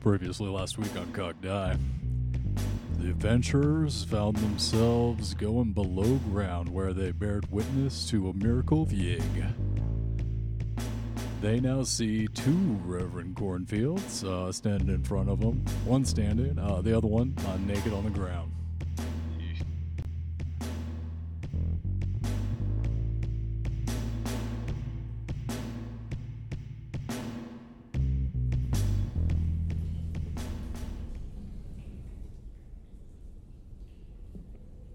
Previously last week on Cocked Eye, the adventurers found themselves going below ground where they bared witness to a miracle of Yig. They now see two Reverend Cornfields uh, standing in front of them. One standing, uh, the other one uh, naked on the ground.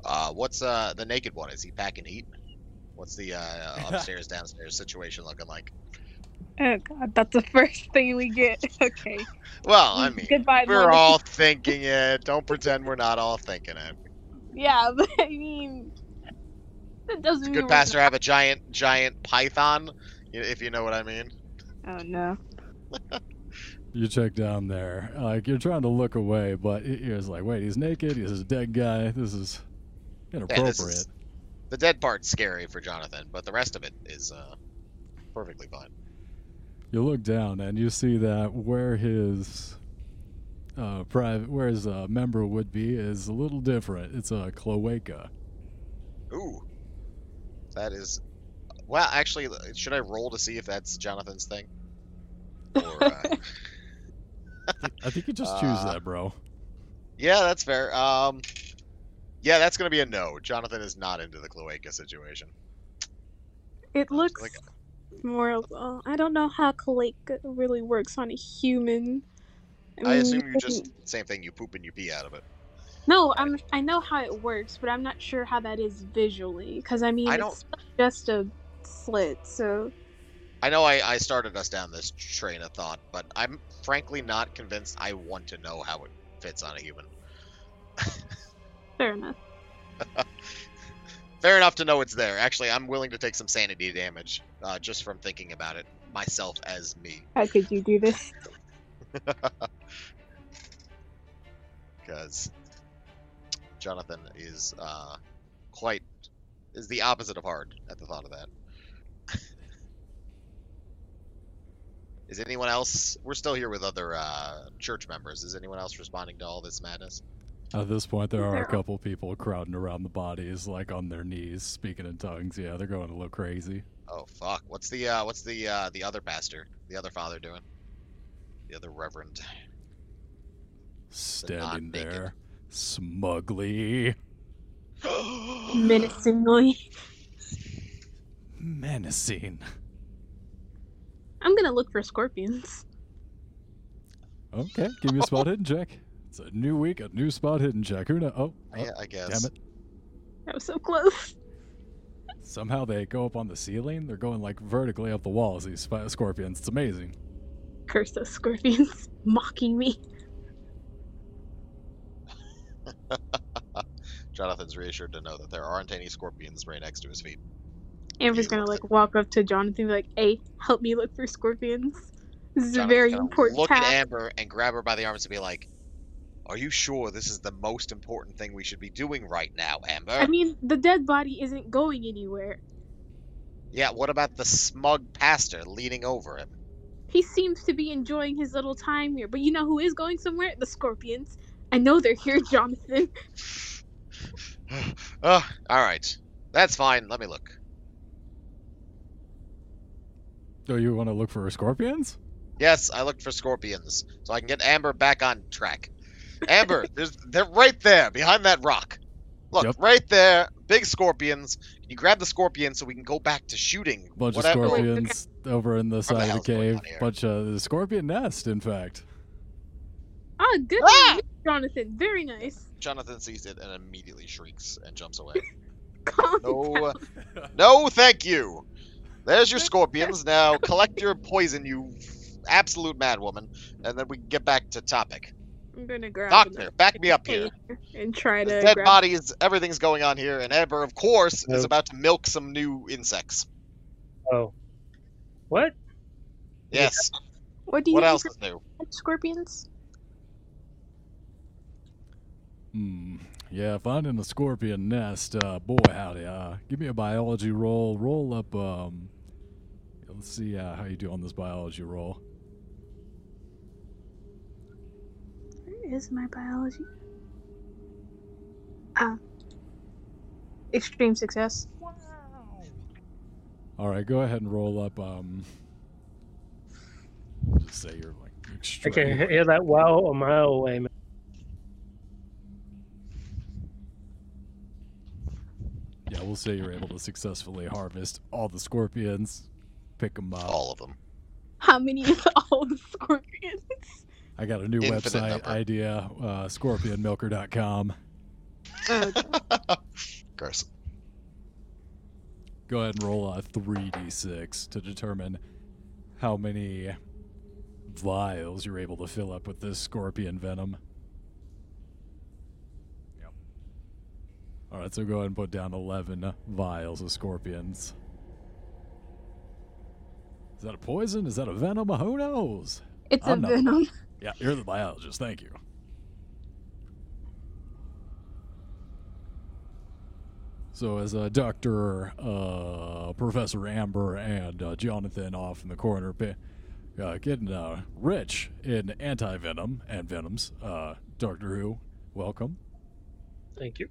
Uh, what's uh the naked one? Is he packing heat? What's the uh, upstairs downstairs situation looking like? Oh god, that's the first thing we get. Okay. Well, I mean, Goodbye, we're Mom. all thinking it. Don't pretend we're not all thinking it. Yeah, but I mean, that doesn't mean Good we're pastor have a giant, giant python, i- if you know what I mean. Not... Oh no. You check down there. Like you're trying to look away, but it- you're just like, wait, he's naked. He's a dead guy. This is Yeah, inappropriate. this is- the dead part's scary for Jonathan, but the rest of it is uh, perfectly fine. You look down and you see that where his uh, private, where his uh, member would be, is a little different. It's a cloaca. Ooh, that is. Well, actually, uh, should I roll to see if that's Jonathan's thing? Or, uh, I think you just choose Uh, that, bro. Yeah, that's fair. Um, yeah, that's gonna be a no. Jonathan is not into the cloaca situation. It looks Like- more. Well, I don't know how cloaca really works on a human. I mean, assume you couldn't- just same thing. You poop and you pee out of it. No, I'm. I know how it works, but I'm not sure how that is visually. Because I mean, I it's just a slit. So I know I, I started us down this train of thought, but I'm frankly not convinced. I want to know how it fits on a human. fair enough. Fair enough to know it's there. Actually, I'm willing to take some sanity damage uh, just from thinking about it myself as me, How could you do this? because Jonathan is uh, quite is the opposite of hard at the thought of that. is anyone else? We're still here with other uh, church members. Is anyone else responding to all this madness? At this point, there are There a are- couple people crowding around the bodies, like on their knees, speaking in tongues. Yeah, they're going a little crazy. Oh fuck! What's the uh, what's the uh, the other pastor, the other father doing? The other reverend. Standing naked. there, smugly, Menacingly. menacing. I'm gonna look for scorpions. Okay, give me a spot hidden check. It's a new week, a new spot hidden check. Who knows? Oh, oh, Yeah, I guess. damn it. That was so close. Somehow they go up on the ceiling. They're going like vertically up the walls, these spi- scorpions. It's amazing. Curse those scorpions mocking me. Jonathan's reassured to know that there aren't any scorpions right next to his feet. Amber's You gonna looked like walk up to Jonathan and be like, "Hey, help me look for scorpions. This is a Jonathan's very gonna important Look at task." Amber and grab her by the arms and be like, "Are you sure this is the most important thing we should be doing right now, Amber?" I mean, the dead body isn't going anywhere. yeah. What about the smug pastor leaning over him? He seems to be enjoying his little time here, but you know who is going somewhere? The scorpions. I know they're here, Jonathan. Ugh, all right, that's fine. Let me look. Oh, you want to look for scorpions? Yes, I looked for scorpions, so I can get Amber back on track. Amber, there's they're right there behind that rock. Look, Yep. right there, big scorpions. Can you grab the scorpion so we can go back to shooting? Bunch Whatever- of scorpions over in the side of hell's the going cave. on here? Bunch of the scorpion nest, in fact. Ah, good, one, Ah! Jonathan. Very nice. Jonathan sees it and immediately shrieks and jumps away. Calm down. No, uh, no, thank you. There's your scorpions. Now collect your poison, you absolute madwoman, and then we can get back to topic. I'm gonna grab Doctor, another back me up here. container and try to There's dead grab. bodies, everything's going on here, and Amber, of course, is Nope. about to milk some new insects. Oh. What? Yes. What do you What think else is new? about scorpions? Hmm. Yeah, finding a scorpion nest. Uh, boy, howdy. Uh, give me a biology roll. Roll up. Um, let's see uh, how you do on this biology roll. Where is my biology? Ah. Um, Extreme success. All right, go ahead and roll up. Um, just say you're like I extreme. can hear that wow a mile away, man. Yeah, we'll say you're able to successfully harvest all the scorpions, pick them up. All of them. How many is all the scorpions? I got a new Infinite website number. idea, uh, scorpionmilker.com. Oh. Gross. Go ahead and roll a 3d6 to determine how many vials you're able to fill up with this scorpion venom. Yep. All right, so go ahead and put down 11 vials of scorpions. Is that a poison? Is that a venom? Who knows? It's I'm a not- venom. Yeah, you're the biologist. Thank you. So, as uh, Dr. Uh, Professor Amber and uh, Jonathan off in the corner, pa- uh, getting uh, rich in anti venom and venoms, uh, Doctor Who, welcome. Thank you.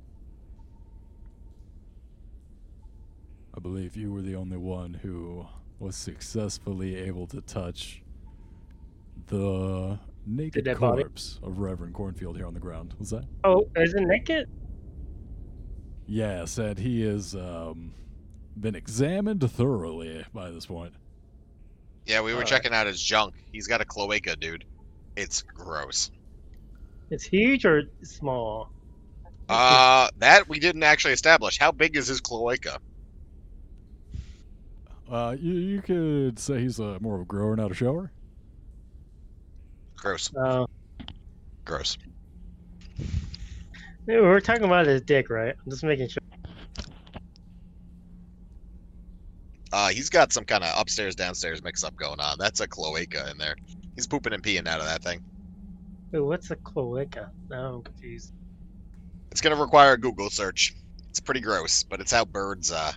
I believe you were the only one who was successfully able to touch the naked dead body? corpse of Reverend Cornfield here on the ground. Was that? Oh, is it naked? Yeah, said he has um, been examined thoroughly by this point. Yeah, we were Alright. checking out his junk. He's got a cloaca, dude. It's gross. It's huge or small? Uh, that we didn't actually establish. How big is his cloaca? Uh, you, you could say he's uh more of a grower, not a shower. Gross. Uh, Gross. we we're talking about his dick, right? I'm just making sure. Uh, he's got some kind of upstairs downstairs mix up going on. That's a cloaca in there. He's pooping and peeing out of that thing. Wait, what's a cloaca? Now I'm confused. It's gonna require a Google search. It's pretty gross, but it's how birds uh,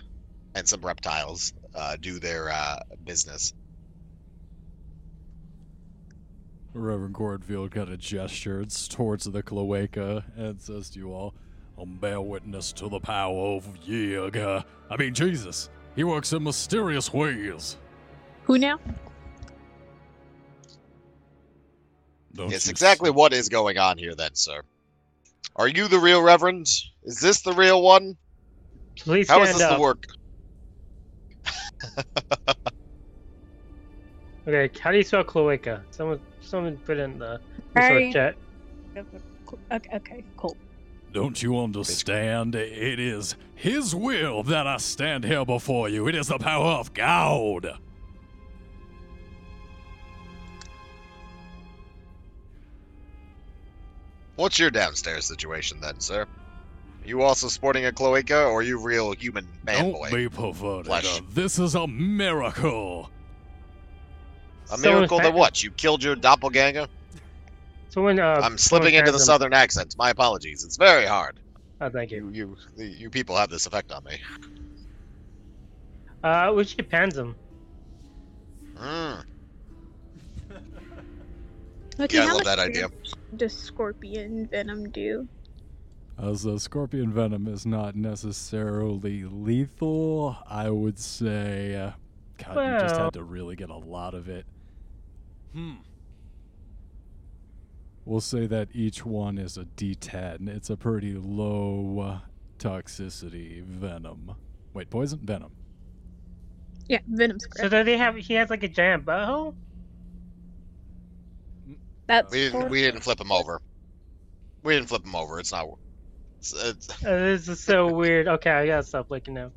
and some reptiles uh, do their uh, business. Reverend Cornfield kind of gestures towards the cloaca and says to you all, "I'm bear witness to the power of Yig. I mean Jesus. He works in mysterious ways." Who now? Don't Yes, you exactly what is going on here, then, sir. Are you the real Reverend? Is this the real one? Please How stand is this up. the work? Okay, how do you spell cloaca? Someone, someone put in the Sorry. resource chat. Okay, okay, cool. Don't you understand? It is His will that I stand here before you. It is the power of God. What's your downstairs situation, then, sir? Are you also sporting a cloaca, or are you real human man Don't boy? be perverted. Flesh. Uh, This is a miracle. A Someone miracle fa- that what? You killed your doppelganger? Someone. Uh, I'm slipping into the someone southern accent. My apologies. It's very hard. has them. Oh, thank you. You, you, you people have this effect on me. Uh, we should pans him. Mm. Okay, Yeah, I how love much that idea. damage Does scorpion venom do? As uh, scorpion venom is not necessarily lethal, I would say. uh, God, you just Well- had to really get a lot of it. Hmm. We'll say that each one is a D10. It's a pretty low uh, toxicity venom. Wait, poison? Venom. Yeah, venom's So correct. does he have? He has like a giant butthole. That's We didn't, four. we didn't flip him over. We didn't flip him over. It's not. It's, it's, Uh, this is so weird. Okay, I gotta stop looking now.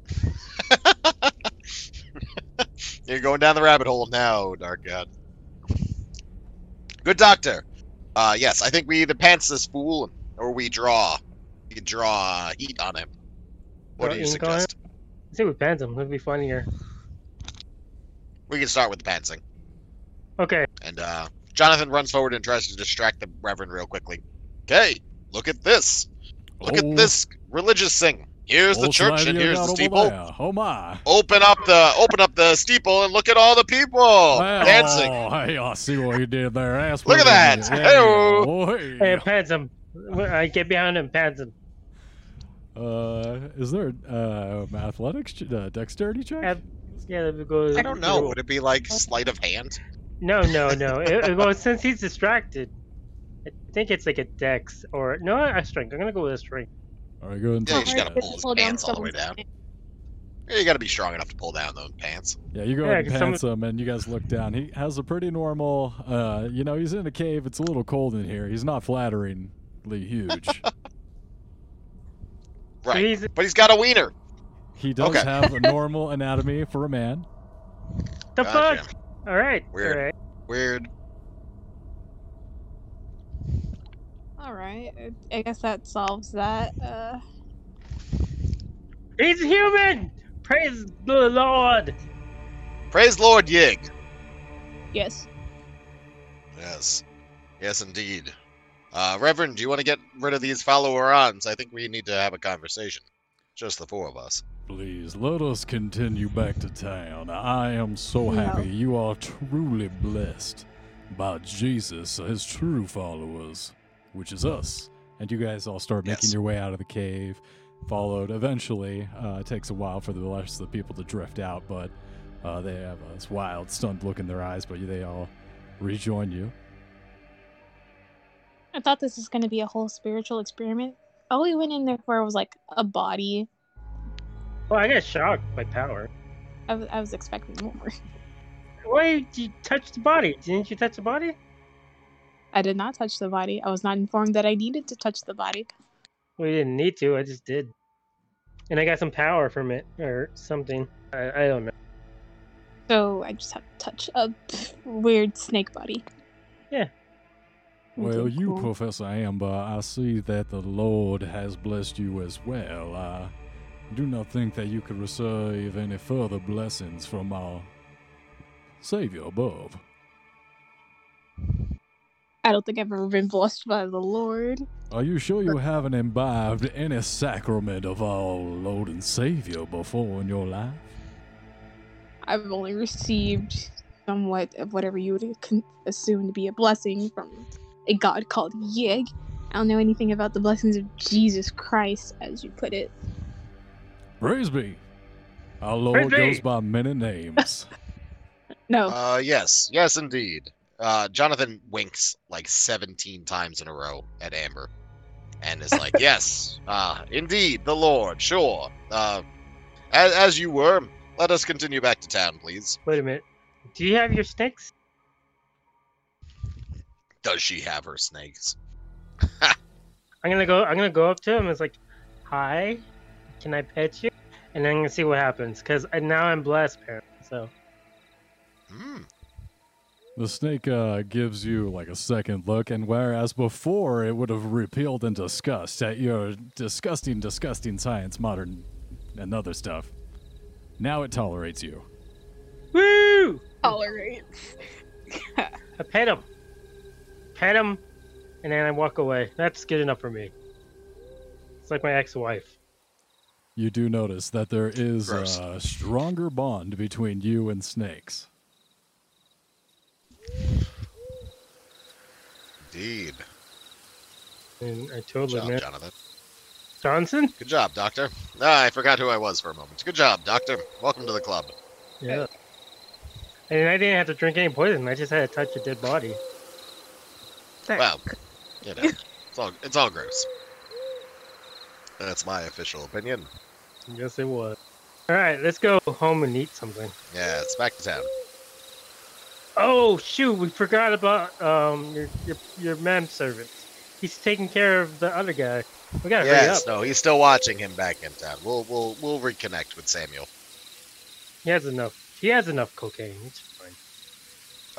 You're going down the rabbit hole now, Dark God. Good doctor. Uh, yes, I think we either pants this fool or we draw. We could draw heat on him. What Draw do you ink on him? suggest? I think we pans him. It'd be funnier. We can start with the pantsing. Okay. And uh, Jonathan runs forward and tries to distract the Reverend real quickly. Okay, look at this. Look Oh. at this religious thing. Here's the Old church and Slavia here's the got over steeple. there. Oh my. Open up the open up the steeple and look at all the people Well, dancing. Hey, I see what you did there. Ass Look at whooping. that. Yeah. Hey-o. Oh, Hey, hey. pants him. I get behind him, pants him. Uh, is there um, athletics ch- uh, dexterity check? Ath- Yeah, that would go. I don't know. Would it be like sleight of hand? No, no, no. It, it- well, since he's distracted, I think it's like a dex or no, a strength. I'm gonna go with a strength. All right, go ahead and Yeah, you take just that. gotta pull his pants all the way down. Yeah, you gotta be strong enough to pull down those pants. Yeah, you go Yeah, ahead and 'cause pants him, and you guys look down. He has a pretty normal. Uh, you know, he's in a cave. It's a little cold in here. He's not flatteringly huge. So Right. he's But he's got a wiener. he does Okay. have a normal anatomy for a man. the Gotcha. fuck. All right. Weird. All right. Weird. All right. I- I guess that solves that. Uh, He's human. Praise the Lord. Praise Lord Yig. yes. Yes. Yes indeed. Uh, Reverend, do you want to get rid of these follower ons? I think we need to have a conversation. Just the four of us. Please let us continue back to town. I am so No. happy you are truly blessed by Jesus, his true followers, which is us. And you guys all start making Yes. your way out of the cave, followed eventually. Uh, it takes a while for the rest of the people to drift out, but uh, they have this wild, stunned look in their eyes, but they all rejoin you. I thought this was going to be a whole spiritual experiment. All we went in there for was like a body. Well, Oh, I got shocked by power. I was, I was expecting more. Why did you touch the body? Didn't you touch the body? I did not touch the body. I was not informed that I needed to touch the body. We didn't need to. I just did, and I got some power from it or something. I, I don't know. So I just have to touch a weird snake body. Yeah. Well, Okay, you, cool. Professor Amber, I see that the Lord has blessed you as well. I do not think that you could receive any further blessings from our Savior above. I don't think I've ever been blessed by the Lord. Are you sure you haven't imbibed any sacrament of our Lord and Savior before in your life? I've only received somewhat of whatever you would con- assume to be a blessing from a god called Yig. I don't know anything about the blessings of Jesus Christ, as you put it. Praise be! Our Lord Praise be. goes by many names. No, Uh, yes. Yes indeed. Uh, Jonathan winks like 17 times in a row at Amber and is like, yes, uh, indeed, the Lord, sure. Uh, as, as you were, let us continue back to town, please. Wait a minute. Do you have your snakes? Does she have her snakes? I'm gonna go. I'm gonna go up to him. And it's like, hi, can I pet you? And then I'm gonna see what happens because now I'm blessed, apparently. So Hmm. The snake uh, gives you like a second look, and whereas before it would have repealed in disgust at your disgusting, disgusting science, modern, and other stuff, now it tolerates you. woo! tolerate. I pet him, pet him, and then I walk away. That's good enough for me. It's like my ex-wife. You do notice that there is Gross. a stronger bond between you and snakes. Indeed. And I Good totally job, admit Jonathan. Johnson. Good job, Doctor. Ah, I forgot who I was for a moment. Good job, Doctor. Welcome to the club. Yeah. And I didn't have to drink any poison. I just had to touch a dead body. That- Wow. You know, it's all it's all gross. That's my official opinion. Yes, it was. All right, let's go home and eat something. Yeah, it's back to town. Oh shoot, we forgot about um your your, your man servant. He's taking care of the other guy. We gotta hurry up. Yes, no, he's still watching him back in town. We'll we'll we'll reconnect with Samuel. He has enough. He has enough cocaine. It's fine.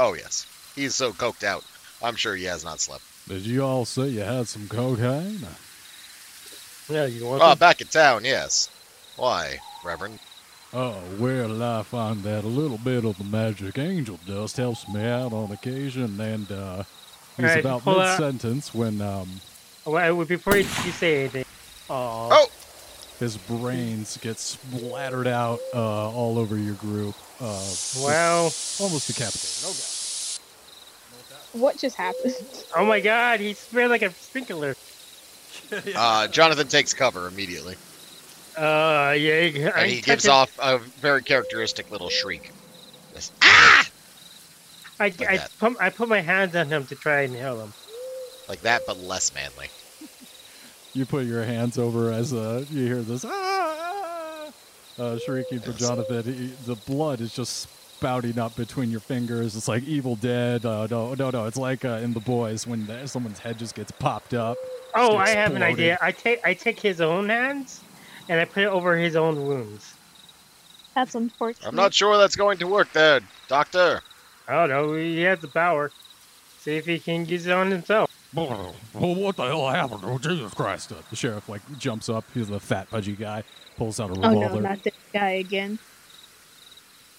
Oh yes, he's so coked out. I'm sure he has not slept. Did you all say you had some cocaine? Yeah, you want Oh, some? back in town, yes. Why, Reverend? Oh, well, I find that a little bit of the magic angel dust helps me out on occasion, and uh, he's Alright, about pull out- mid sentence when um, Well, I- before you, you say anything. Oh. Oh! His brains get splattered out uh, all over your group. Uh, Wow. almost decapitated. Oh god. What just happened? Oh my god, he smeared like a sprinkler. Uh, Jonathan takes cover immediately, Uh, yeah. he- I and he ain't gives touching- off a very characteristic little shriek. Just, ah! I, like I, that. put, I put my hands on him to try and heal him. Like that, but less manly. You put your hands over as uh, you hear this ah! uh, shrieking from Yes. Jonathan. He- the blood is just spouting up between your fingers. It's like Evil Dead. Uh, no, no, no. It's like uh, in The Boys when the, someone's head just gets popped up. Just Oh, I have an exploded. idea. I take I take his own hands, and I put it over his own wounds. That's unfortunate. I'm not sure that's going to work there, Doctor. I don't know. Oh, He has the power. See if he can use it on himself. Well, what the hell happened? Oh, Jesus Christ. Uh, the sheriff, like, jumps up. He's the fat, pudgy guy. Pulls out a Oh revolver. no, not this guy again.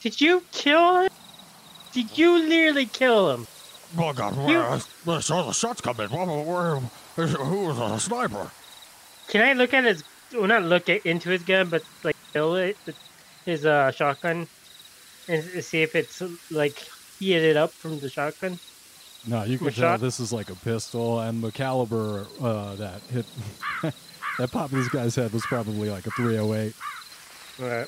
Did you kill him? Did you literally kill him? Oh God! where- I saw the shots come in. who was a sniper? Can I look at his? Well, not look at, into his gun, but like kill it, with his uh, shotgun, and s- see if it's like heated up from the shotgun. No, you can With tell shot- this is like a pistol, and the caliber uh, that hit that popped in this guy's head was probably like a 308. Right.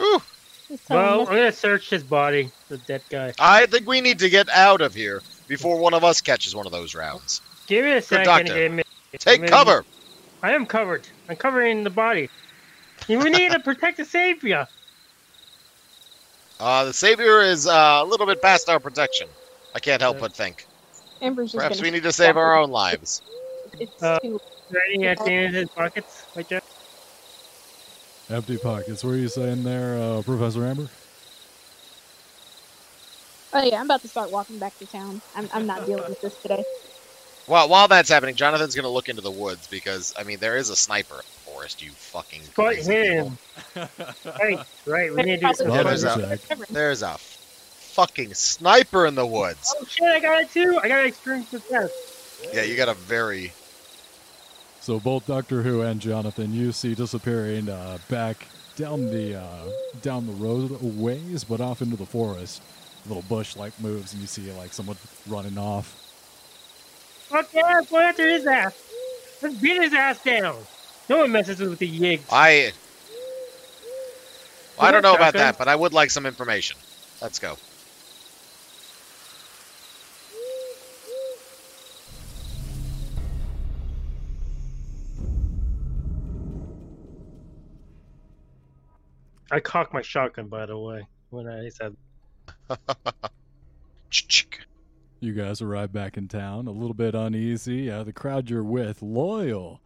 Ooh, It's so Well, I'm unlucky. gonna search his body, the dead guy. I think we need to get out of here before one of us catches one of those rounds. Give me a second. doctor. Give me- Take give me- cover. I am covered. I'm covering the body. We need to protect the savior. Uh, the savior is uh, a little bit past our protection. I can't help but think. Amber's just Perhaps we gonna. need to save our own lives. It's Uh, too. Is there any empty in his pockets? Like that? Empty pockets. What are you saying there, uh, Professor Amber? Oh yeah, I'm about to start walking back to town. I'm, I'm not dealing with this today. Well, while that's happening, Jonathan's gonna look into the woods because I mean there is a sniper in the forest. You fucking Fight crazy people. him. Right, right. We need to do Probably Yeah, Well, something. there's there's a- Jack. There's a fucking sniper in the woods. Oh shit! I got it too. I got extreme success. Yeah, you got a very So both Doctor Who and Jonathan, you see disappearing uh, back down the uh, down the road a ways, but off into the forest. Little bush-like moves, and you see like someone running off. Fuck yeah! Go after his ass. Let's beat his ass down. No one messes with the yig. I. I don't know about Shotgun? that, but I would like some information. Let's go. I cocked my shotgun, by the way, when I said Ch-chick. You guys arrive back in town, a little bit uneasy. Uh, the crowd you're with, loyal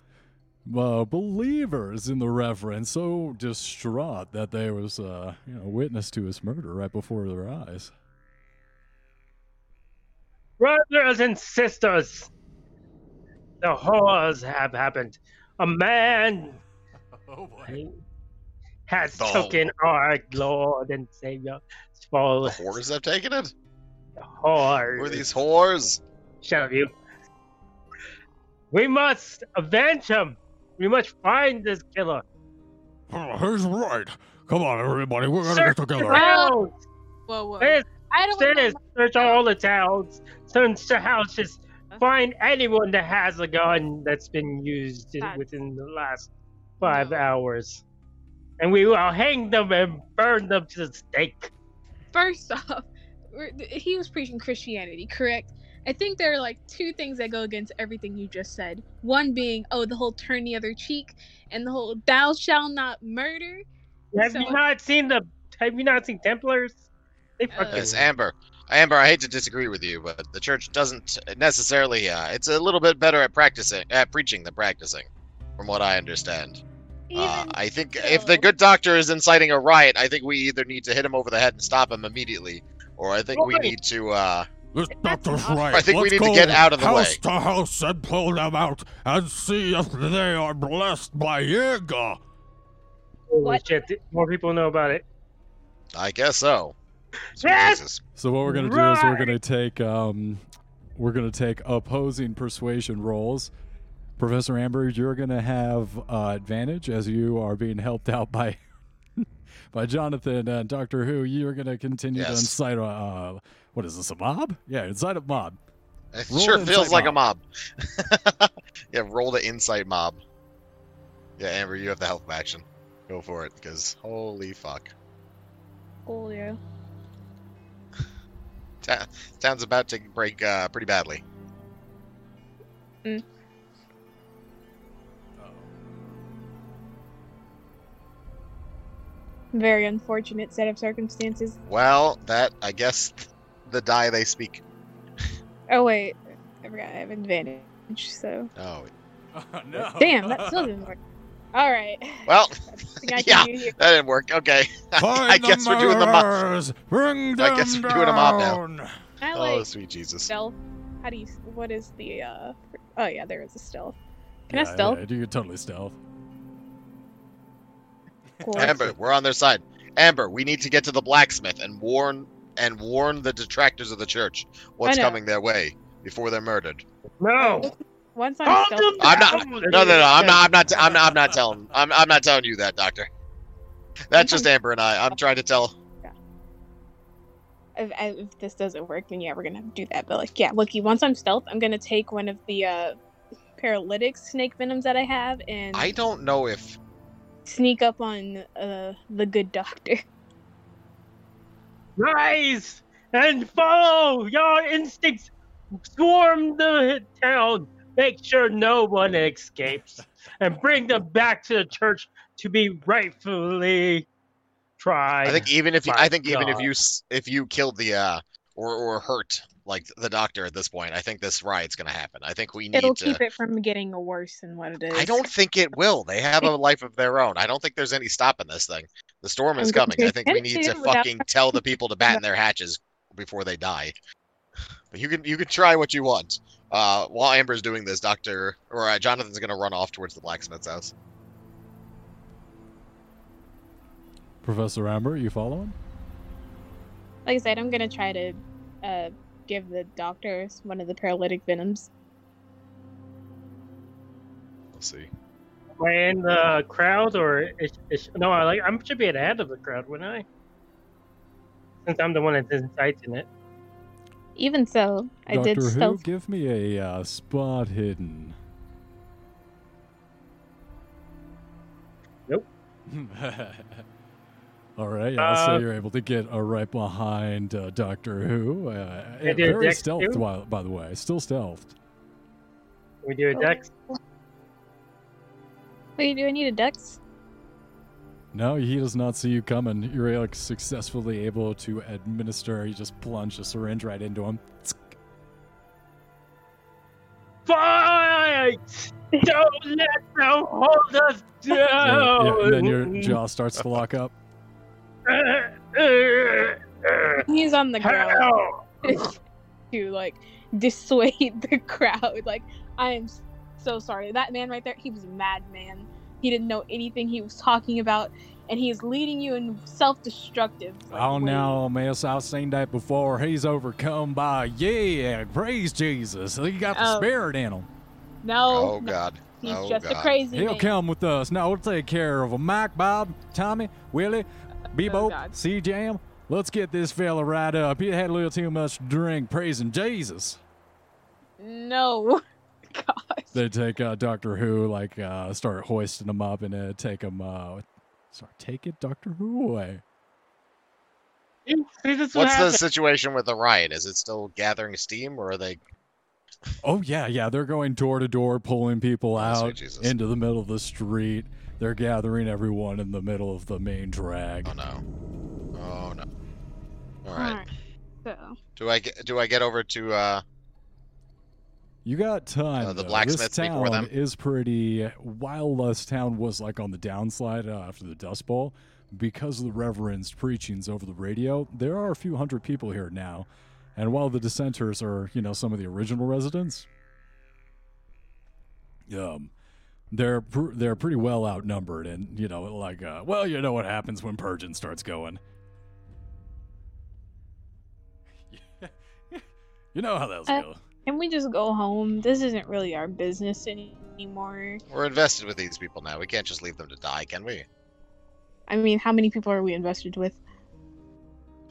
uh, believers in the Reverend, so distraught that they was, uh, you know, witness to his murder right before their eyes. Brothers and sisters, the horrors have happened. A man Oh has The- taken our Lord and Savior. The Fall whores have taken it? hard. Who are these whores? Shut up, you. We must avenge him. We must find this killer. Who's right? Come on, everybody, we're Search the towns. Whoa, whoa. Yes, I don't Search, know. search all the towns. Search the houses. Find anyone that has a gun that's been used in, That's- within the last five No. hours. And we will hang them and burn them to the stake. First off, we're- th- he was preaching Christianity, correct? I think there are like two things that go against everything you just said. One being, oh, the whole turn the other cheek, and the whole thou shall not murder. Have So- you not seen the? Have you not seen Templars? They Uh, fucking. Yes, Amber. Amber, I hate to disagree with you, but the church doesn't necessarily. Uh, it's a little bit better at practicing, at preaching than practicing, from what I understand. Uh, Even I think if so- the good doctor is inciting a riot, I think we either need to hit him over the head and stop him immediately, or I think we Right. need to. Uh, This That's doctor's an right. I think we Let's need to go get out of the house way. to house and pull them out and see if they are blessed by Yiga. Holy What? shit! th- More people know about it. I guess so. Sweet Yes! Jesus. So what we're gonna do is we're gonna take um, we're gonna take opposing persuasion rolls. Professor Amber, you're gonna have uh, advantage as you are being helped out by by Jonathan and Doctor Who. You're gonna continue to Yes. incite a uh, what is this a mob? Yeah, incite a mob. It Roll sure the feels insight like a mob. yeah, roll the insight mob. Yeah, Amber, you have the health action. Go for it, because holy fuck. Oh, Cool, yeah. Ta- town's about to break uh, pretty badly. Very unfortunate set of circumstances. Well, that, I guess, the die they speak. Oh wait, I forgot I have advantage. So Oh, Oh, no. damn, that still didn't work. All right. well, I think I Yeah. can do here. that didn't work. Okay. Find I guess we're doing the mob. murderers. Bring them I guess we're doing a mob now. down. Can I Oh, like sweet Jesus. stealth? How do you? What is the? uh Oh yeah, there is a stealth. Can I Yeah, stealth? Yeah, you can totally stealth. Cool. Amber, we're on their side. Amber, we need to get to the blacksmith and warn and warn the detractors of the church what's I know. coming their way before they're murdered. No. Once I'm Hold stealth, them I'm not- down! No, no, no. I'm not. I'm not. I'm not. I'm not telling. I'm. I'm not telling you that, Doctor. That's just Amber and I. I'm trying to tell. if, if this doesn't work, then yeah, we're gonna have to do that. But like, yeah, looky. Once I'm stealth, I'm gonna take one of the uh paralytic snake venoms that I have and I don't know if. sneak up on uh the good doctor. Rise and follow your instincts. Swarm the town. Make sure no one escapes, and bring them back to the church to be rightfully tried. I think even if. You, I My think even if God. you s- if you killed the uh or or hurt like the Doctor at this point, I think this riot's gonna happen. I think we need It'll to. keep it from getting worse than what it is. I don't think it will. They have a life of their own. I don't think there's any stopping this thing. The storm is I'm going coming. to I think we attempt need to to without- fucking tell the people to batten their hatches before they die. But you can you can try what you want. Uh, while Amber's doing this, Doctor or uh, Jonathan's gonna run off towards the blacksmith's house. Professor Amber, you following? Like I said, I'm gonna try to uh give the doctor one of the paralytic venoms. We'll see. Am I in the crowd or is, is, no? I like. I should be at the head of the crowd, wouldn't I? Since I'm the one that's inciting it. Even so, I Doctor did Who, stealth. give me a uh, spot hidden. Nope. All right, yeah, so Uh, you're able to get uh, right behind uh, Doctor Who. Uh, Can I and do a very dex stealthed, too? while, by the way. Still stealthed. We do a dex. Wait, do I need a dex? No, he does not see you coming. You're like successfully able to administer. You just plunge a syringe right into him. Fight! Don't let them hold us down. Yeah, yeah, and then your jaw starts to lock up. uh, He's on the ground Hell! to like dissuade the crowd. Like I am so sorry. That man right there, he was a madman. He didn't know anything he was talking about, and he is leading you in self-destructive. like, Oh ways. no, miss, I've seen that before. He's overcome by yeah, praise Jesus. He got the Oh. spirit in him. No, Oh no, God. he's Oh, just a God. crazy He'll man. come with us. No, we'll take care of him. Mike, Bob, Tommy, Willie, Bebo, Oh, God. C Jam. Let's get this fella right up. He had a little too much to drink, praising Jesus. No, gosh. They take uh, Doctor Who, like uh, start hoisting him up and uh, take him. Uh, start taking Doctor Who away. See, this is what What's the happens. situation with the riot? Is it still gathering steam, or are they? Oh yeah, yeah. They're going door to door, pulling people Oh, sweet out Jesus. into the middle of the street. They're gathering everyone in the middle of the main drag. Oh no. Oh no. All right. Alright, So Do I get do I get over to uh? You got time. Uh, the though. this blacksmiths town before them. is pretty. While this town was like on the downslide uh, after the Dust Bowl, because of the Reverend's preachings over the radio, there are a few hundred people here now. And while the dissenters are, you know, some of the original residents, um, they're pr- they're pretty well outnumbered, and you know, like, uh, well, you know what happens when purging starts going. you know how those Uh, go. can we just go home? This isn't really our business anymore. anymore. We're invested with these people now. We can't just leave them to die, can we? I mean, how many people are we invested with?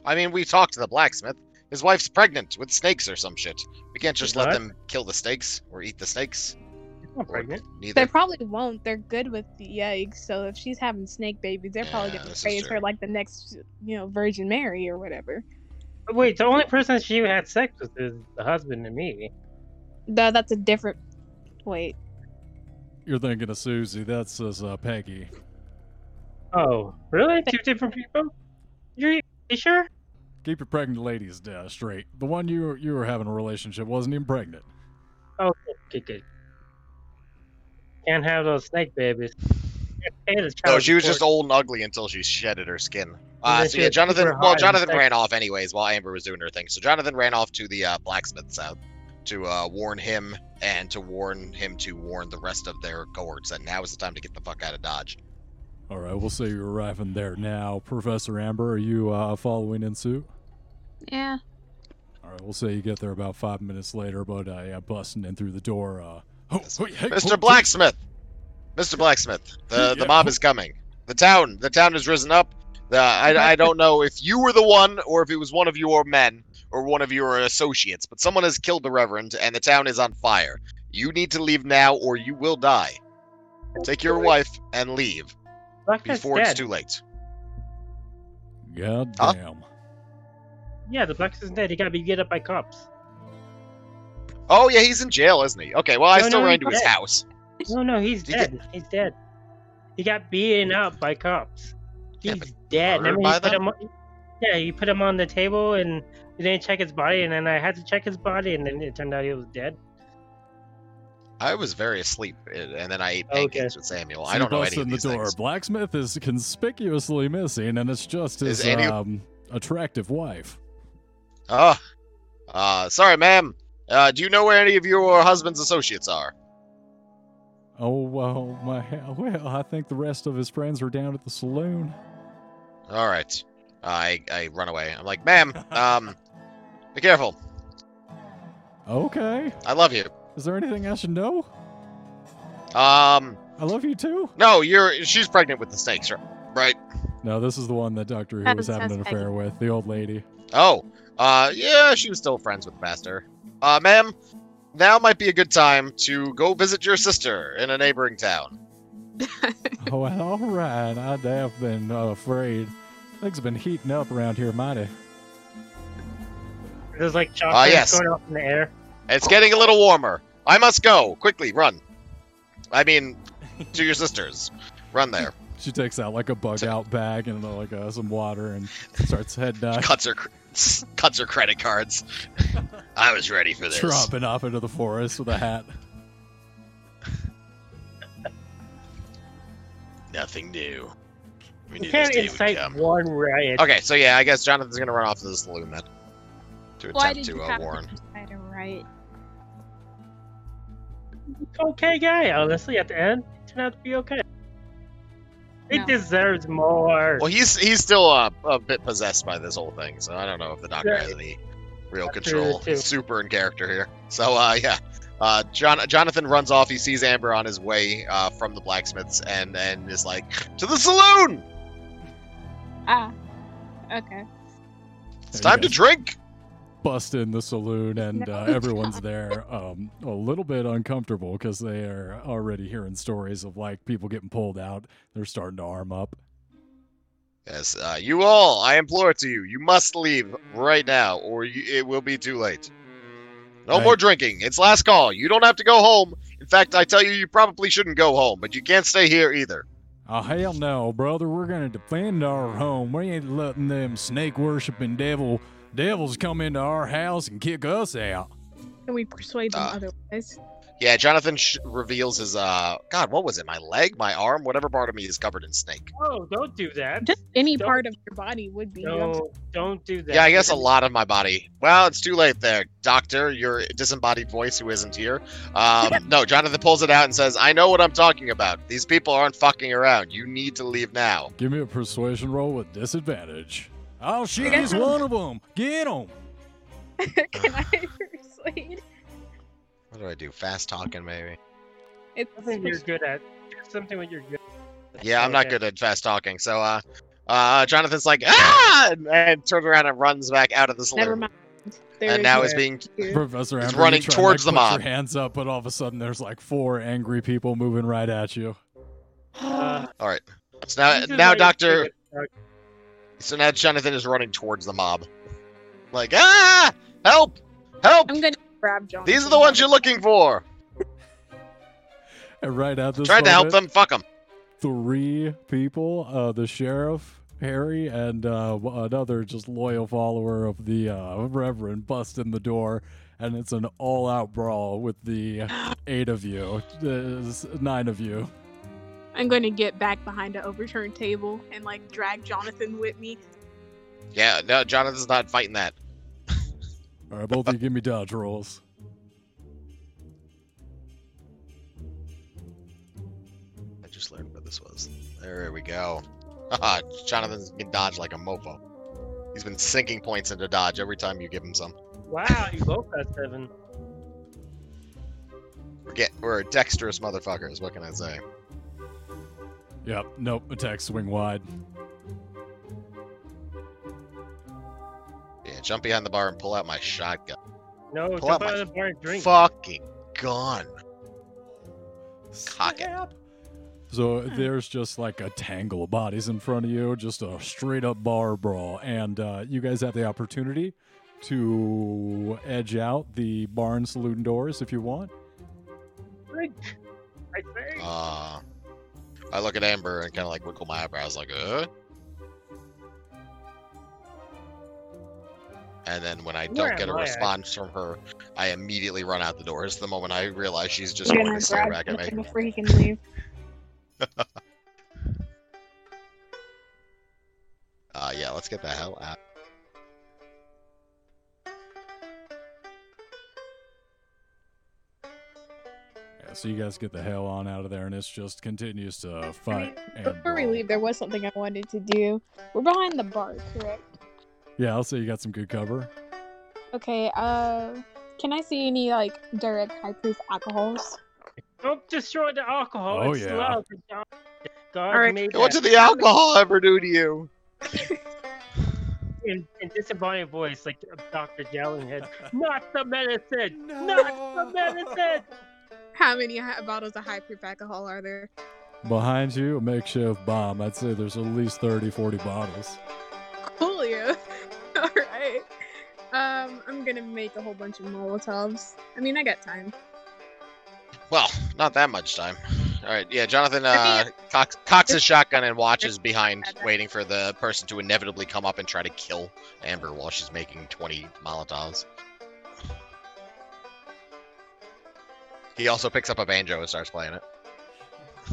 I mean, we talked to the blacksmith. His wife's pregnant with snakes or some shit. We can't just let What? them kill the snakes or eat the snakes. She's not Or pregnant. They neither. probably won't. They're good with the eggs, so if she's having snake babies, they're probably Yeah, gonna this is raise her true. like the next, you know, Virgin Mary or whatever. Wait, the only person she had sex with is the husband and me. No, that's a different. Wait, You're thinking of Susie. That's us, uh, Peggy. Oh, really? Two different people? You, you sure? Keep your pregnant ladies uh, straight. The one you were, you were having a relationship wasn't even pregnant. Oh, Okay, good. Can't have those snake babies. Hey, the No, child she was just support. old and ugly until she shedded her skin. Uh, then so she yeah, had Jonathan. super Well, high Jonathan infection. ran off anyways while Amber was doing her thing. So Jonathan ran off to the uh, blacksmith's house to uh, warn him and to warn him to warn the rest of their cohorts that now is the time to get the fuck out of Dodge. All right, we'll say you're arriving there now. Professor Amber, are you uh, following in suit? Yeah. All right, we'll say you get there about five minutes later, but uh, yeah, busting in through the door. Uh, oh, oh, hey, oh, Mr. Blacksmith, Mr. Blacksmith, the Yeah. the mob is coming. The town, the town has risen up. The, I, I don't know if you were the one or if it was one of your men or one of your associates, but someone has killed the reverend and the town is on fire. You need to leave now or you will die. Take your wife and leave Blacksmith's before dead. it's too late. God Huh? damn. Yeah, the blacksmith's dead. He gotta be get up by cops. Oh yeah, he's in jail, isn't he? Okay, well I No, still no, ran he's to his dead. house. No, no, he's He get- dead. He's dead. He got beaten up by cops. Yeah, He's but dead. murdered Remember by he put them? him on, yeah, you put him on the table and you didn't check his body, and then I had to check his body, and then it turned out he was dead. I was very asleep, uh, and then I ate Okay. pancakes with Samuel. So I you don't know bust any of in the these door. things. Blacksmith is conspicuously missing, and it's just Is his any- um, attractive wife. Ah, uh, sorry, ma'am. Uh, do you know where any of your husband's associates are? Oh well, my well, I think the rest of his friends were down at the saloon. All right. I I run away. I'm like, ma'am, um, be careful. Okay, I love you. is there anything I should know? Um, I love you too. no, you're. She's pregnant with the snakes, ri- right? No, this is the one that Doctor Who That was was having an us, affair with, the old lady. Oh, uh, yeah, she was still friends with the master. Uh, ma'am, now might be a good time to go visit your sister in a neighboring town. oh, well, all right, I have been uh, afraid. Things have been heating up around here, mighty. There's like shots Ah, yes. going off in the air. It's getting a little warmer. I must go quickly. Run. I mean, to your sister's. Run there. She takes out like a bug out bag and uh, like uh, some water and starts heading uh, out, cuts her cr- cuts her credit cards. I was ready for this. tromping off into the forest with a hat. Nothing new. We knew You this can't day would incite come. one riot. Okay, so yeah, I guess Jonathan's gonna run off to the saloon then to Why attempt did to you uh, have warn. to decide to write? Okay guy, honestly, at the end, it turned out to be okay. He No. deserves more. Well, he's he's still uh, a bit possessed by this whole thing, so I don't know if the doctor Yeah. has any real That's true, control. too. He's super in character here. So uh, yeah, uh, John- Jonathan runs off. He sees Amber on his way uh, from the blacksmiths, and and is like to the saloon. ah, okay. There you It's time to guys drink. bust in the saloon, and uh, everyone's there, um, a little bit uncomfortable because they are already hearing stories of like people getting pulled out. They're starting to arm up. Yes, uh, you all, I implore to you, you must leave right now, or you, it will be too late. No Right. more drinking. It's last call. You don't have to go home. In fact, I tell you, you probably shouldn't go home, but you can't stay here either. Oh, hell no, brother. We're going to defend our home. We ain't letting them snake worshiping devil devils come into our house and kick us out. Can we persuade them Ah. otherwise? Yeah, Jonathan sh- reveals his, uh, God, what was it? My leg, my arm, whatever part of me is covered in snake. Oh, don't do that. Just any Don't- part of your body would be. No, don't do that. Yeah, I guess a You're- lot of my body. Well, it's too late there, Doctor. Your disembodied voice, who isn't here. Um, no, Jonathan pulls it out and says, "I know what I'm talking about. These people aren't fucking around. You need to leave now." Give me a persuasion roll with disadvantage. Oh, shit, he's one of them. Get him. Can I persuade? What do I do? Fast talking, maybe. It's Something you're good at. Do something when you're good. at. Yeah, I'm not Okay. good at fast talking. So, uh, uh, Jonathan's like, ah, and, and turns around and runs back out of the saloon. never mind. There and is now no- is being Professor He's Amber, running you try towards and, the like, mob. Put your hands up, but all of a sudden there's like four angry people moving right at you. Uh, all right. So now, this is Uh, now what you Doctor. do with- So now Jonathan is running towards the mob, like, ah, help, help! I'm gonna grab John. These are the ones you're looking for. And right at this Tried to help moment, them. Fuck them. three people uh, the sheriff harry and uh, w- another just loyal follower of the uh, reverend bust in the door and it's an all-out brawl with the eight of you There's nine of you I'm going to get back behind an overturned table and like drag Jonathan with me. Yeah, no, Jonathan's not fighting that. all right both of you give me dodge rolls I just learned what this was. There we go. Haha, Jonathan's been dodged like a mofo. He's been sinking points into dodge every time you give him some. Wow, you both got seven. We're, get, we're dexterous motherfuckers. What can I say? yep nope attack swing wide Yeah, jump behind the bar and pull out my shotgun. No, Pull out jump my out of the bar and drink. Fucking gun. Cock it. Snap. so there's just like a tangle of bodies in front of you just a straight up bar brawl and uh, you guys have the opportunity to edge out the barn saloon doors if you want Drink, I say. Uh, I look at Amber and kind of like wrinkle my eyebrows, like, uh. And then when I Where don't get a am I at? response from her, I immediately run out the doors the moment I realize she's just You're going gonna to stare grab back at Jonathan me. before he can leave. Uh, yeah, let's get the hell out. Yeah, so you guys get the hell on out of there, and it just continues to fight. And Before we brawl. leave, there was something I wanted to do. We're behind the bar, correct? yeah, I'll say you got some good cover. Okay. Uh, can I see any like direct high proof alcohols? Don't destroy the alcohol. Oh, it's yeah. love. God, God Alright. made What that did the alcohol ever do to you? in, in disembodied voice, like uh, Doctor Jellinghead. Not the medicine. Not the medicine. How many hi- bottles of high proof alcohol are there? Behind you, a makeshift bomb. I'd say there's at least 30, 40 bottles. Coolio. All right. Um, I'm gonna make a whole bunch of Molotovs. I mean, I got time. Well, not that much time. All right, yeah, Jonathan uh, cocks, cocks his shotgun and watches behind, waiting for the person to inevitably come up and try to kill Amber while she's making 20 Molotovs. He also picks up a banjo and starts playing it.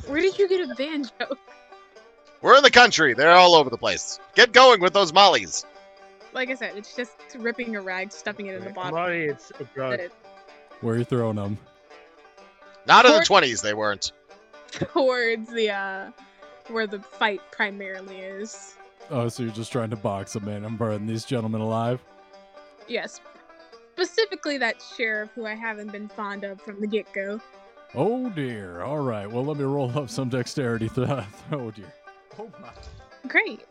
Where did you get a banjo? We're in the country. They're all over the place. Get going with those mollies. Like I said, it's just ripping a rag, stuffing it in the bottle. Molly, it's a drug. Where are you throwing them? Not in the Or- 20s, they weren't. towards the uh, where the fight primarily is. Oh, so you're just trying to box them in and burn these gentlemen alive? Yes, specifically that sheriff who I haven't been fond of from the get go. Oh dear. All right. Well, let me roll up some dexterity. Th- oh dear. Oh my. Great.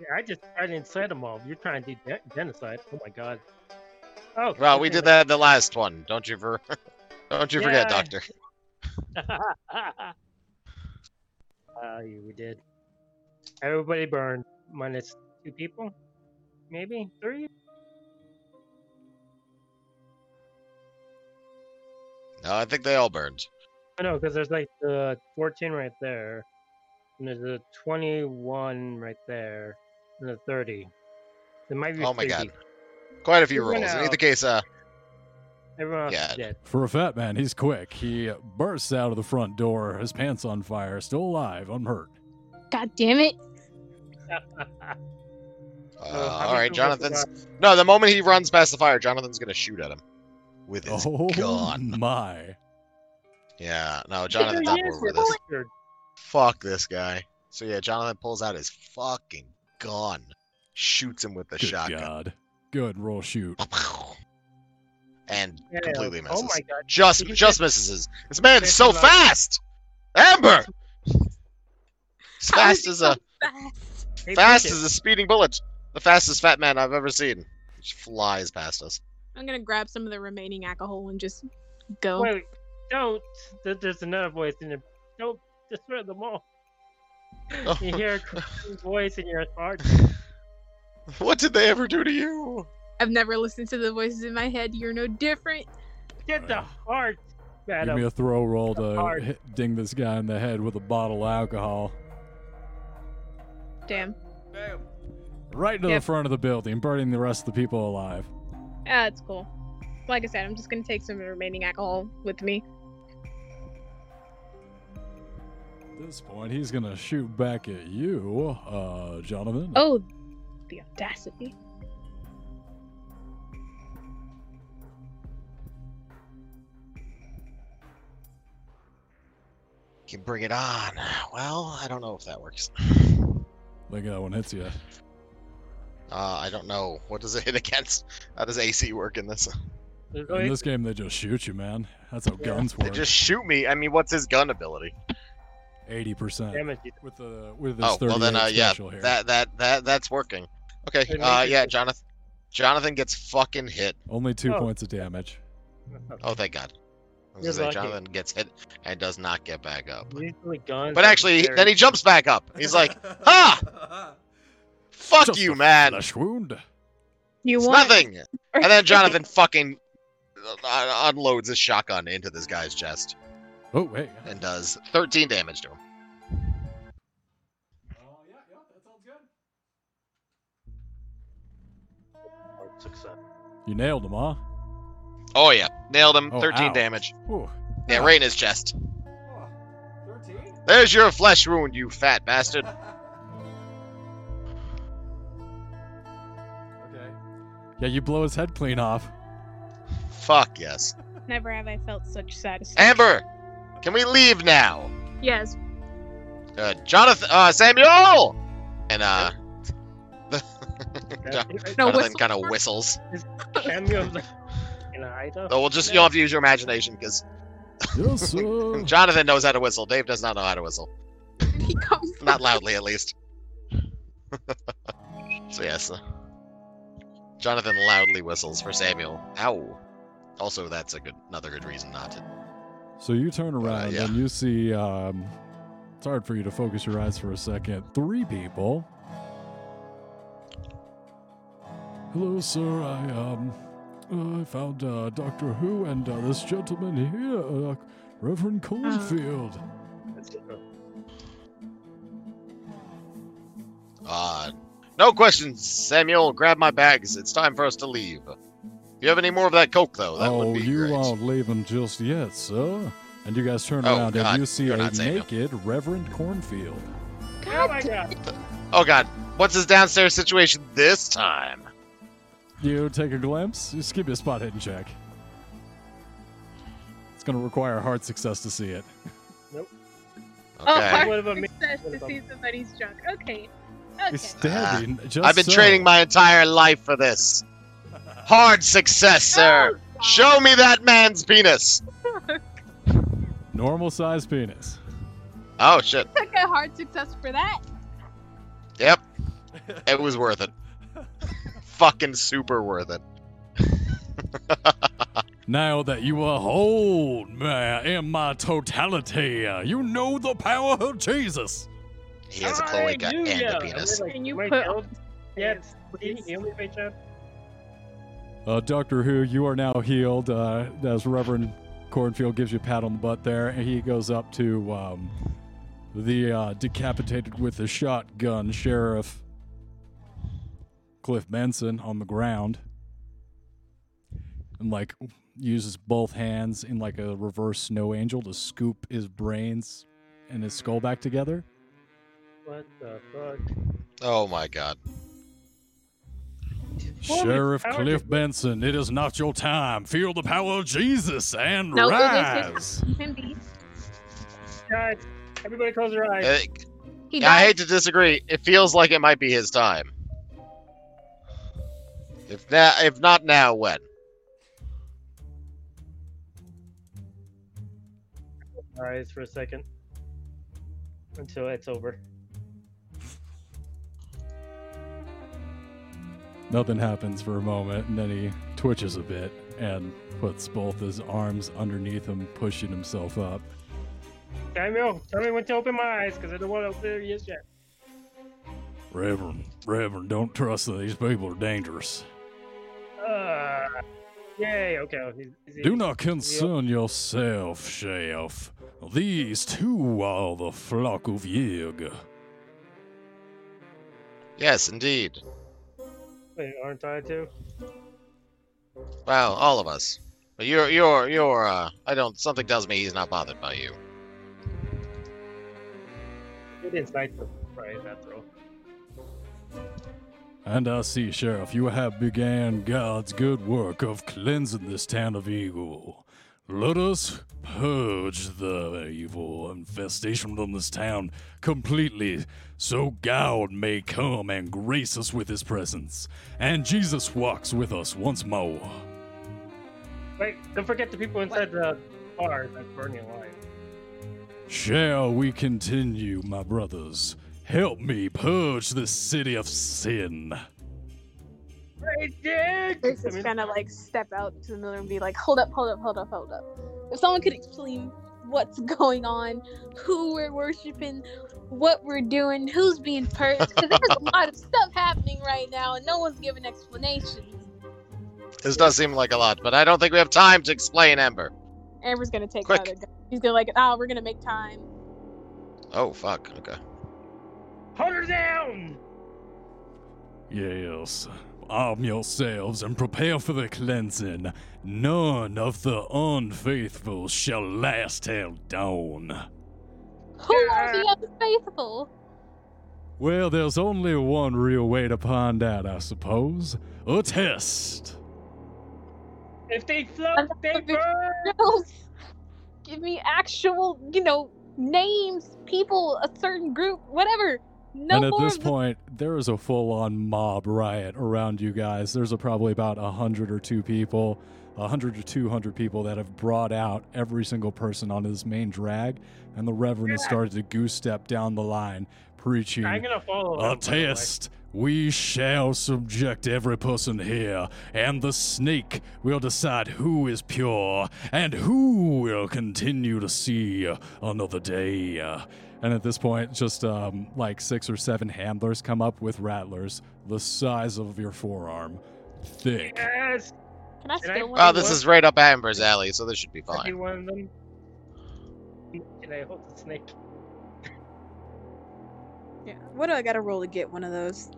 Yeah, I just tried to incite them all. You're trying to do gen- genocide. Oh my god. Oh. Well, we did that in the last one. Don't you, for- Don't you forget, Yeah. Doctor. Ah, yeah, we did. Everybody burned, minus two people, maybe three. No, I think they all burned. I know, because there's like the 14 right there, and there's a 21 right there, and a 30. There might be. Oh my 50. God. Quite a few We went rolls. In either out. case, uh, Everyone else Yeah. is dead. For a fat man, he's quick. He bursts out of the front door, his pants on fire, still alive, unhurt. God damn it! uh, So how all many right, people have Jonathan's survived? No, the moment he runs past the fire, Jonathan's gonna shoot at him with his Oh gun. my. Yeah, no, Jonathan's There not he is, moving with you're this. bastard. Fuck this guy. So yeah, Jonathan pulls out his fucking gun, shoots him with the Good shotgun. God. Good roll shoot. and Yeah. completely misses. Oh my god. Just He just said- misses. his- This man's Fifty so left. fast. Amber, as fast as a Fast. Hey, fast Bridget, as a speeding bullet. The fastest fat man I've ever seen. She flies past us. I'm gonna grab some of the remaining alcohol and just go. Wait, don't. There- There's another voice in it. Don't destroy them all. Oh. You hear a crying voice in your heart. what did they ever do to you? I've never listened to the voices in my head. You're no different. Get the heart, Give me madam. a throw roll to Hard. hit, ding this guy in the head with a bottle of alcohol. Damn. Right into Yep. the front of the building, burning the rest of the people alive. Ah, it's cool. Like I said, I'm just gonna take some of the remaining alcohol with me. At this point, he's gonna shoot back at you, uh, Jonathan. Oh, the audacity. You can bring it on. Well, I don't know if that works. I think that one hits you. Uh, I don't know. What does it hit against? How does AC work in this? In this game, they just shoot you, man. That's how Yeah. guns They work. just shoot me. I mean, what's his gun ability? Eighty percent Damage. with the with this Oh, well then, 38 uh, yeah, special here. That that that that's working. Okay. It Uh, makes it- yeah, Jonathan. Jonathan gets fucking hit. Only two Oh. points of damage. Oh, thank God. I was gonna You're say, lucky. Jonathan gets hit and does not get back up. Usually guns. But are actually, very- then he jumps back up. He's like, "Ha! "Fuck Just you, a man! Flesh wound. You It's want nothing!" And then Jonathan fucking uh, uh, unloads his shotgun into this guy's chest Oh wait. and does 13 damage to him. Oh yeah, yeah, that sounds good. Success. You nailed him, huh? Oh yeah, nailed him. Oh, 13 ow. damage. Whew. Yeah, Ah. right in his chest. Thirteen. There's your flesh wound, you fat bastard. Okay. Yeah, you blow his head clean off. Fuck yes. Never have I felt such satisfaction. Amber, can we leave now? Yes. Uh, Jonathan, uh, Samuel, and uh, That's it. No, Jonathan whistle. kind of whistles. Samuel's like, can I though? Though we'll just you'll have to use your imagination because Yes, sir. Jonathan knows how to whistle. Dave does not know how to whistle. Where'd he come from? Not loudly, at least. so, yes. uh, Jonathan loudly whistles for Samuel. Ow. Also, that's a good, another good reason not to. So you turn around Uh, yeah. and you see. Um, it's hard for you to focus your eyes for a second. Three people. Hello, sir. I um, uh, I found uh, Doctor Who and uh, this gentleman here, uh, Reverend Cornfield. Uh, no questions, Samuel. Grab my bags. It's time for us to leave. If you have any more of that coke, though, that oh, would be you great. aren't leaving just yet, sir. And you guys turn Oh, around God. and you see You're a not Samuel. naked Reverend Cornfield. Oh my god. Oh, God. What's his downstairs situation this time? You take a glimpse. Just give me a spot hidden check. It's going to require hard success to see it. Oh, Okay. What about me? Success What to about- see somebody's junk. Okay. He's Okay. standing. just Ah, I've been so. training my entire life for this. Hard success, Oh, Oh, sir. Show me that man's penis. normal sized penis. Oh shit. Took a hard success for that. Yep. It was worth it. Fucking super worth it. Now that you are whole man, in my totality, uh, you know the power of Jesus. He has a cloaca and a penis. Can you wait, put- don't- Yeah, can you heal me, Bridget? Uh, Doctor Who, you are now healed. Uh, as Reverend Cornfield gives you a pat on the butt there, and he goes up to um, the uh, decapitated with a shotgun sheriff, Cliff Benson, on the ground, and like uses both hands in like a reverse snow angel to scoop his brains and his skull back together. What the fuck? Oh my god. Holy Sheriff cow, Cliff Benson, it is not your time. Feel the power of Jesus and No, it is his- rise. Guys, everybody close their eyes. Eh, He I died. hate to disagree. It feels like it might be his time. If that if not now, when? eyes for a second until it's over. Nothing happens for a moment, and then he twitches a bit and puts both his arms underneath him, pushing himself up. Samuel, tell me when to open my eyes because I don't want to open them just yet. Reverend, Reverend, don't trust them. These people are dangerous. Uh, yay, okay. Is- is he- Do not concern yourself, Chef. These two are the flock of Yig. Yes, indeed. Wait, aren't I too? Well, all of us. But you're, you're, you're. Uh, I don't. Something tells me he's not bothered by you. It is nice to try that throw. And I see, Sheriff, you have began God's good work of cleansing this town of evil. Let us purge the evil infestation from this town completely, so God may come and grace us with his presence, and Jesus walks with us once more. Wait, don't forget the people inside the bar that burn your alive. Shall we continue, my brothers? Help me purge this city of sin. Right, Dick! Grace is gonna like step out to the middle and be like, "Hold up, hold up, hold up, hold up." If someone could explain what's going on, who we're worshiping, what we're doing, who's being purged, because there's a lot of stuff happening right now and no one's giving explanations. This does seem like a lot, but I don't think we have time to explain, Ember. Amber's gonna take Quick. out a gun. He's gonna like, "Oh, we're gonna make time." Oh fuck. Okay. Hold her down! Yes. Arm yourselves and prepare for the cleansing. None of the unfaithful shall last till dawn. Who are the unfaithful? Well, there's only one real way to find out, I suppose. A test. If they float, they burn! No. Give me actual, you know, names, people, a certain group, whatever. No and at more this of the- point, there is a full-on mob riot around you guys. There's a, probably about a hundred or two people, a hundred or two hundred people that have brought out every single person on his main drag, and the Reverend has started to goose step down the line, preaching. I'm gonna follow A him, by the way. test. We shall subject every person here, and the snake will decide who is pure and who will continue to see another day. And at this point, just um, like six or seven handlers come up with rattlers the size of your forearm, thick. Yes! Can I Can I- steal one? Wow, Well, of this yours? is right up Amber's alley, so this should be Could be fine. one of them. Can I hold the snake? Yeah. What do I gotta roll to get one of those?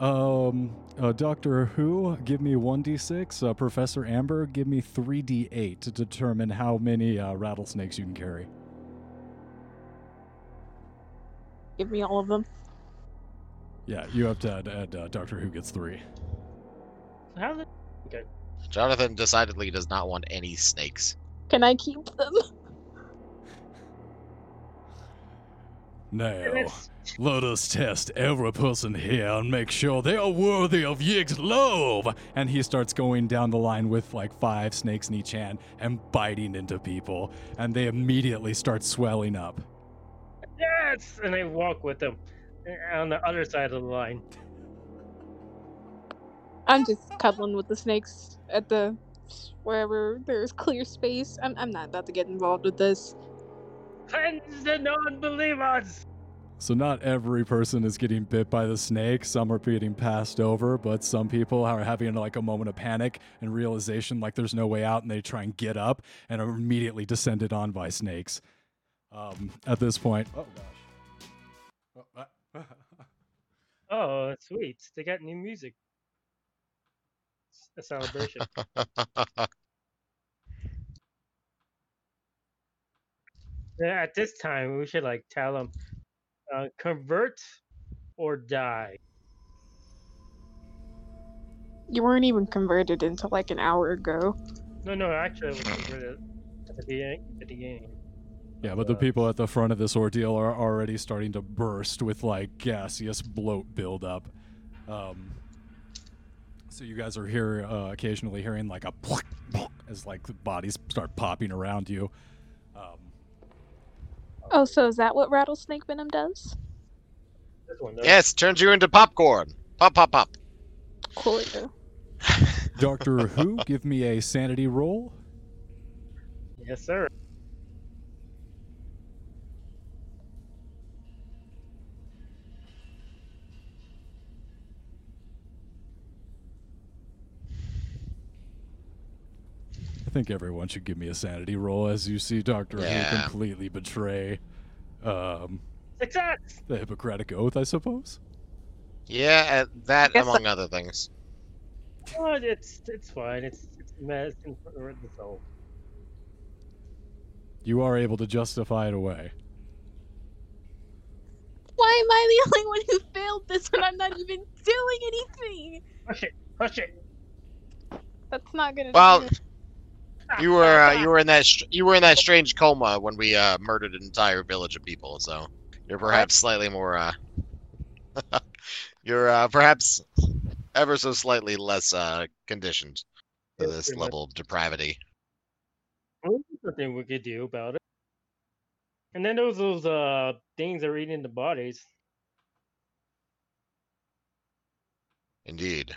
Um, uh, Doctor Who, give me 1d6. Uh, Professor Amber, give me 3d8 to determine how many uh, rattlesnakes you can carry. Give me all of them. Yeah, you have to add, add uh, Doctor Who gets three. How the- Jonathan decidedly does not want any snakes. Can I keep them? Now, let us test every person here and make sure they are worthy of Yig's love. And he starts going down the line with like five snakes in each hand and biting into people, and they immediately start swelling up. Yes! And I walk with them uh, on the other side of the line. I'm just cuddling with the snakes at the wherever there's clear space. I'm I'm not about to get involved with this. Cleanse the non-believers! So not every person is getting bit by the snake. Some are getting passed over, but some people are having like a moment of panic and realization like there's no way out and they try and get up and are immediately descended on by snakes. Um, at this point. Oh gosh. Oh, sweet. They got new music. A celebration. Yeah, At this time, we should like tell them, uh, convert or die. You weren't even converted until like an hour ago. No, no, actually, we converted at the beginning. At the beginning. Yeah, but the people at the front of this ordeal are already starting to burst with like gaseous bloat buildup. Um, so you guys are here uh, occasionally hearing like a as like the bodies start popping around you. Um, Oh, so is that what rattlesnake venom does? This one does. Yes, turns you into popcorn. Pop, pop, pop. Cool. Doctor Who, give me a sanity roll. Yes, sir. I think everyone should give me a sanity roll as you see Doctor Who Yeah. completely betray um, Success. the Hippocratic Oath, I suppose. Yeah, uh, that Guess among other things. Oh, it's it's fine. It's it's medicine for the soul. You are able to justify it away. Why am I the only one who failed this when I'm not even doing anything? Push it. Push it. That's not gonna. Well, you were uh, you were in that str- you were in that strange coma when we uh, murdered an entire village of people. So you're perhaps slightly more. Uh, you're uh, perhaps ever so slightly less uh, conditioned to Yeah, this pretty much. level of depravity. Well, there's nothing we could do about it. And then those those uh things that are eating the bodies. Indeed.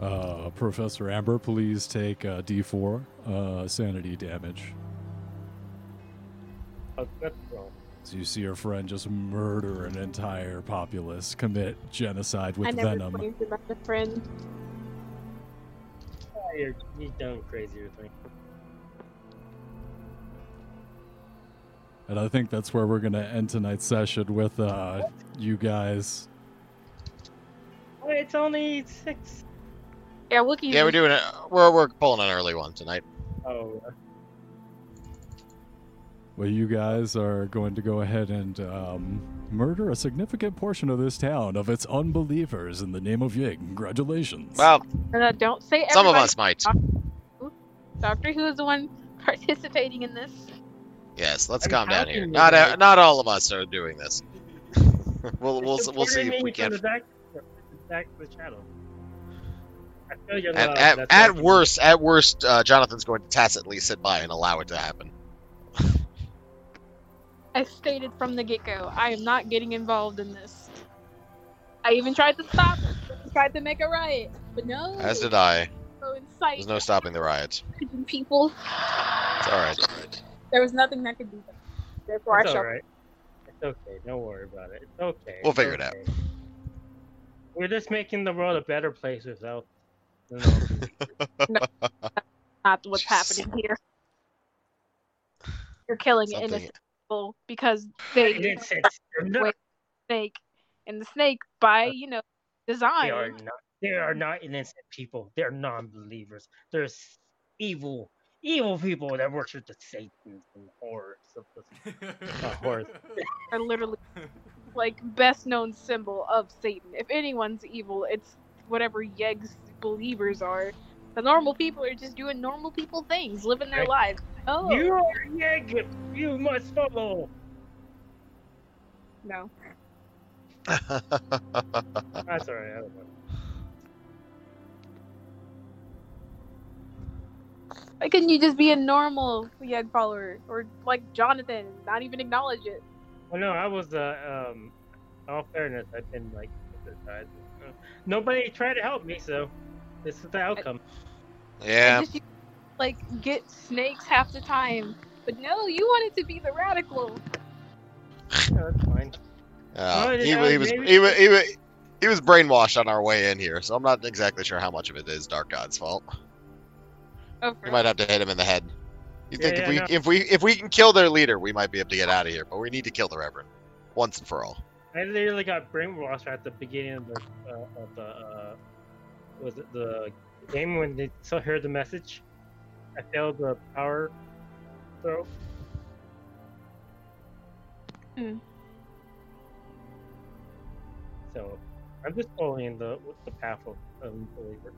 Uh, Professor Amber, please take uh, D4 uh, sanity damage. Oh, that's wrong. So you see your friend just murder an entire populace, commit genocide with I never venom. claimed about a friend. Oh, You're, you've done crazier things. And I think that's where we're going to end tonight's session with uh, you guys. Oh, it's only six. Yeah, Wookiee. Yeah, we're doing it. We're we're pulling an early one tonight. Oh, uh, Well, you guys are going to go ahead and um, murder a significant portion of this town of its unbelievers in the name of Yig. Congratulations. Well, No, no, don't say some of everybody. us might. Doctor Who is the one participating in this. Yes, let's I'm calm down happy here. with Not that. a, not all of us are doing this. we'll we'll it's we'll see supporting if we me from can. The back, the back of the channel. I feel your love, At, at, uh, that's at all. worst, at worst, uh, Jonathan's going to tacitly sit by and allow it to happen. I stated from the get go, I am not getting involved in this. I even tried to stop it, tried to make a riot, but no. As did I. so incite There's no stopping the riots. people. It's all right. There was nothing that could be done. Therefore, It's I shall. alright. It's okay. Don't worry about it. It's okay. We'll it's figure it out. okay. We're just making the world a better place without. you know, Not what's Jesus. happening here. You're killing Something- innocent people because they it is- it's- they're not- Wait, snake, and the snake by you know They are design. not. They are not innocent people. They're non-believers. They're s- evil, evil people that worship the Satans and horrors of the horse. are literally like best known symbol of Satan. If anyone's evil, it's whatever Yeg's believers are. The normal people are just doing normal people things, living their Right. lives. Oh You are Yeg. You must follow. no, That's alright. I don't know. why couldn't you just be a normal Yeg follower or like Jonathan, and not even acknowledge it? Well, no, I was. Uh, um, in all fairness, I've been like criticized. Uh, Nobody tried to help me, so this is the outcome. yeah. Just, like get snakes half the time, but no, you wanted to be the radical. No, that's fine. Uh, Oh, he, yeah, wa- he was maybe- he, wa- he, wa- he was brainwashed on our way in here, so I'm not exactly sure how much of it is Dark God's fault. Oh, We might have to hit him in the head. You Yeah, think yeah, if we no. if we if we can kill their leader, we might be able to get out of here. But we need to kill the Reverend once and for all. I literally got brainwashed at the beginning of the uh, of the uh, was it the game when they still heard the message. I failed the power throw. Hmm. So I'm just following the the path of um, believer.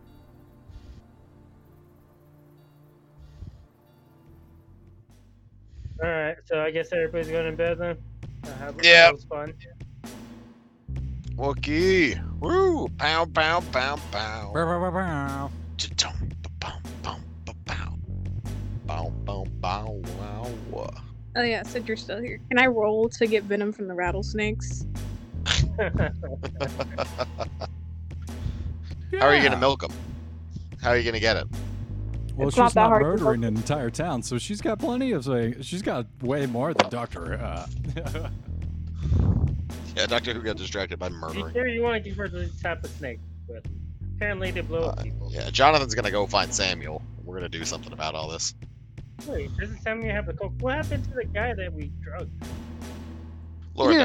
All right, so I guess everybody's going to bed then. Uh, have- Yeah. That was fun. Wookie. Woo! Pow, pow, pow, pow. Bow, bow, bow, bow, bow, bow, bow, wow. Oh yeah, Sid, you're still here. Can I roll to get venom from the rattlesnakes? How are you gonna milk them? How are you gonna get it? Well, It's she's not that not hard to murdering an entire town, so she's got plenty of. Like, she's got way more than Doctor. Uh, Yeah, Doctor Who got distracted by murdering. Here, you want to give her the type of snake, but apparently they blow up Uh, people. Yeah, Jonathan's gonna go find Samuel. We're gonna do something about all this. Wait, doesn't Samuel have a coke? What happened to the guy that we drugged? Lord Yeah.